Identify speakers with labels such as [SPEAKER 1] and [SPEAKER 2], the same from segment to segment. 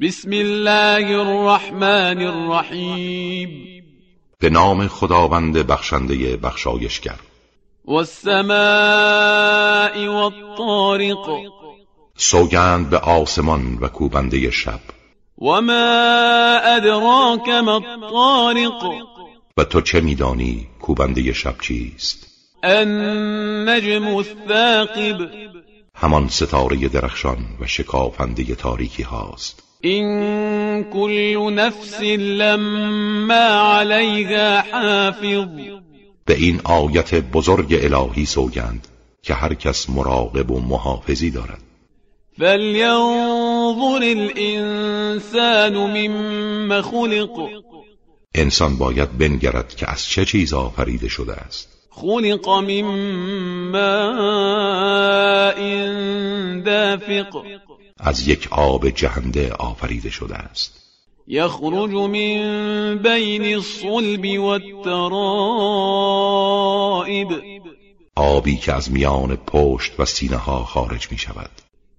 [SPEAKER 1] بسم الله الرحمن الرحیم
[SPEAKER 2] به نام خداوند بخشنده بخشایشگر
[SPEAKER 1] والسماء والطارق
[SPEAKER 2] سوگند به آسمان و کوبنده شب
[SPEAKER 1] وما ادراك ما الطارق
[SPEAKER 2] و تو چه میدانی کوبنده شب چیست
[SPEAKER 1] النجم الثاقب
[SPEAKER 2] همان ستاره درخشان و شکافنده تاریکی هاست
[SPEAKER 1] ان كل نفس لما عليها حافظ
[SPEAKER 2] به این آیت بزرگ الهی سوگند که هر کس مراقب و محافظی دارد
[SPEAKER 1] فلينظر الانسان مما خلق
[SPEAKER 2] انسان باید بنگرد که از چه چیز آفریده شده است
[SPEAKER 1] خلق من ماء دافق
[SPEAKER 2] از یک آب جهنده آفریده شده است
[SPEAKER 1] يخرج من بين الصلب والترائب
[SPEAKER 2] آبی که از میان پشت و سینه ها خارج می شود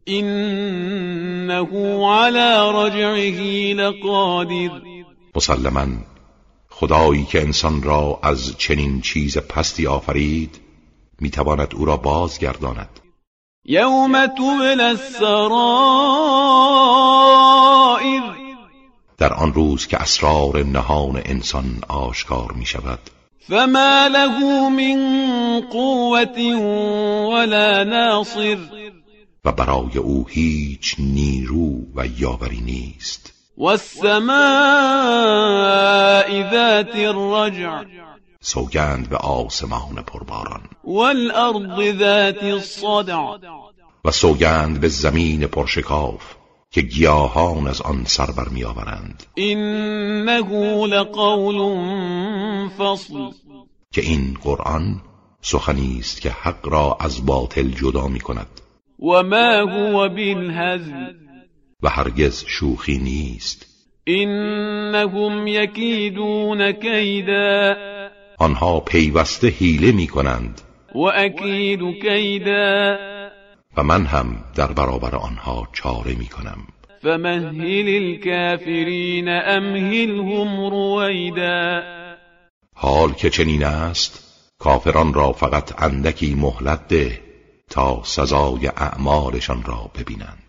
[SPEAKER 1] إنه على رجعه لقادر
[SPEAKER 2] مسلما خدایی که انسان را از چنین چیز پستی آفرید میتواند او را بازگرداند
[SPEAKER 1] يوم تبلى السرائر
[SPEAKER 2] در آن روز که اسرار نهان انسان آشکار می شود
[SPEAKER 1] فما له من قوة ولا ناصر
[SPEAKER 2] و برای او هیچ نیرو و یاوری نیست
[SPEAKER 1] والسماء ذات الرجع
[SPEAKER 2] سوگند به آسمان پرباران
[SPEAKER 1] والأرض ذات الصدع
[SPEAKER 2] و سوگند به زمین پرشکاف که گیاهان از آن سر برمی آورند
[SPEAKER 1] إنه لقول فصل
[SPEAKER 2] که این قرآن سخنی است که حق را از باطل جدا می کند
[SPEAKER 1] وما هو بالهزل
[SPEAKER 2] و هرگز شوخی نیست
[SPEAKER 1] إنهم يكيدون كيدا
[SPEAKER 2] آنها پیوسته حیله می کنند
[SPEAKER 1] وأكيد كيدا
[SPEAKER 2] و من هم در برابر آنها چاره می کنم
[SPEAKER 1] فمهل الكافرين أمهلهم رويدا
[SPEAKER 2] حال که چنین است کافران را فقط اندکی مهلت ده تا سزای اعمالشان را ببینند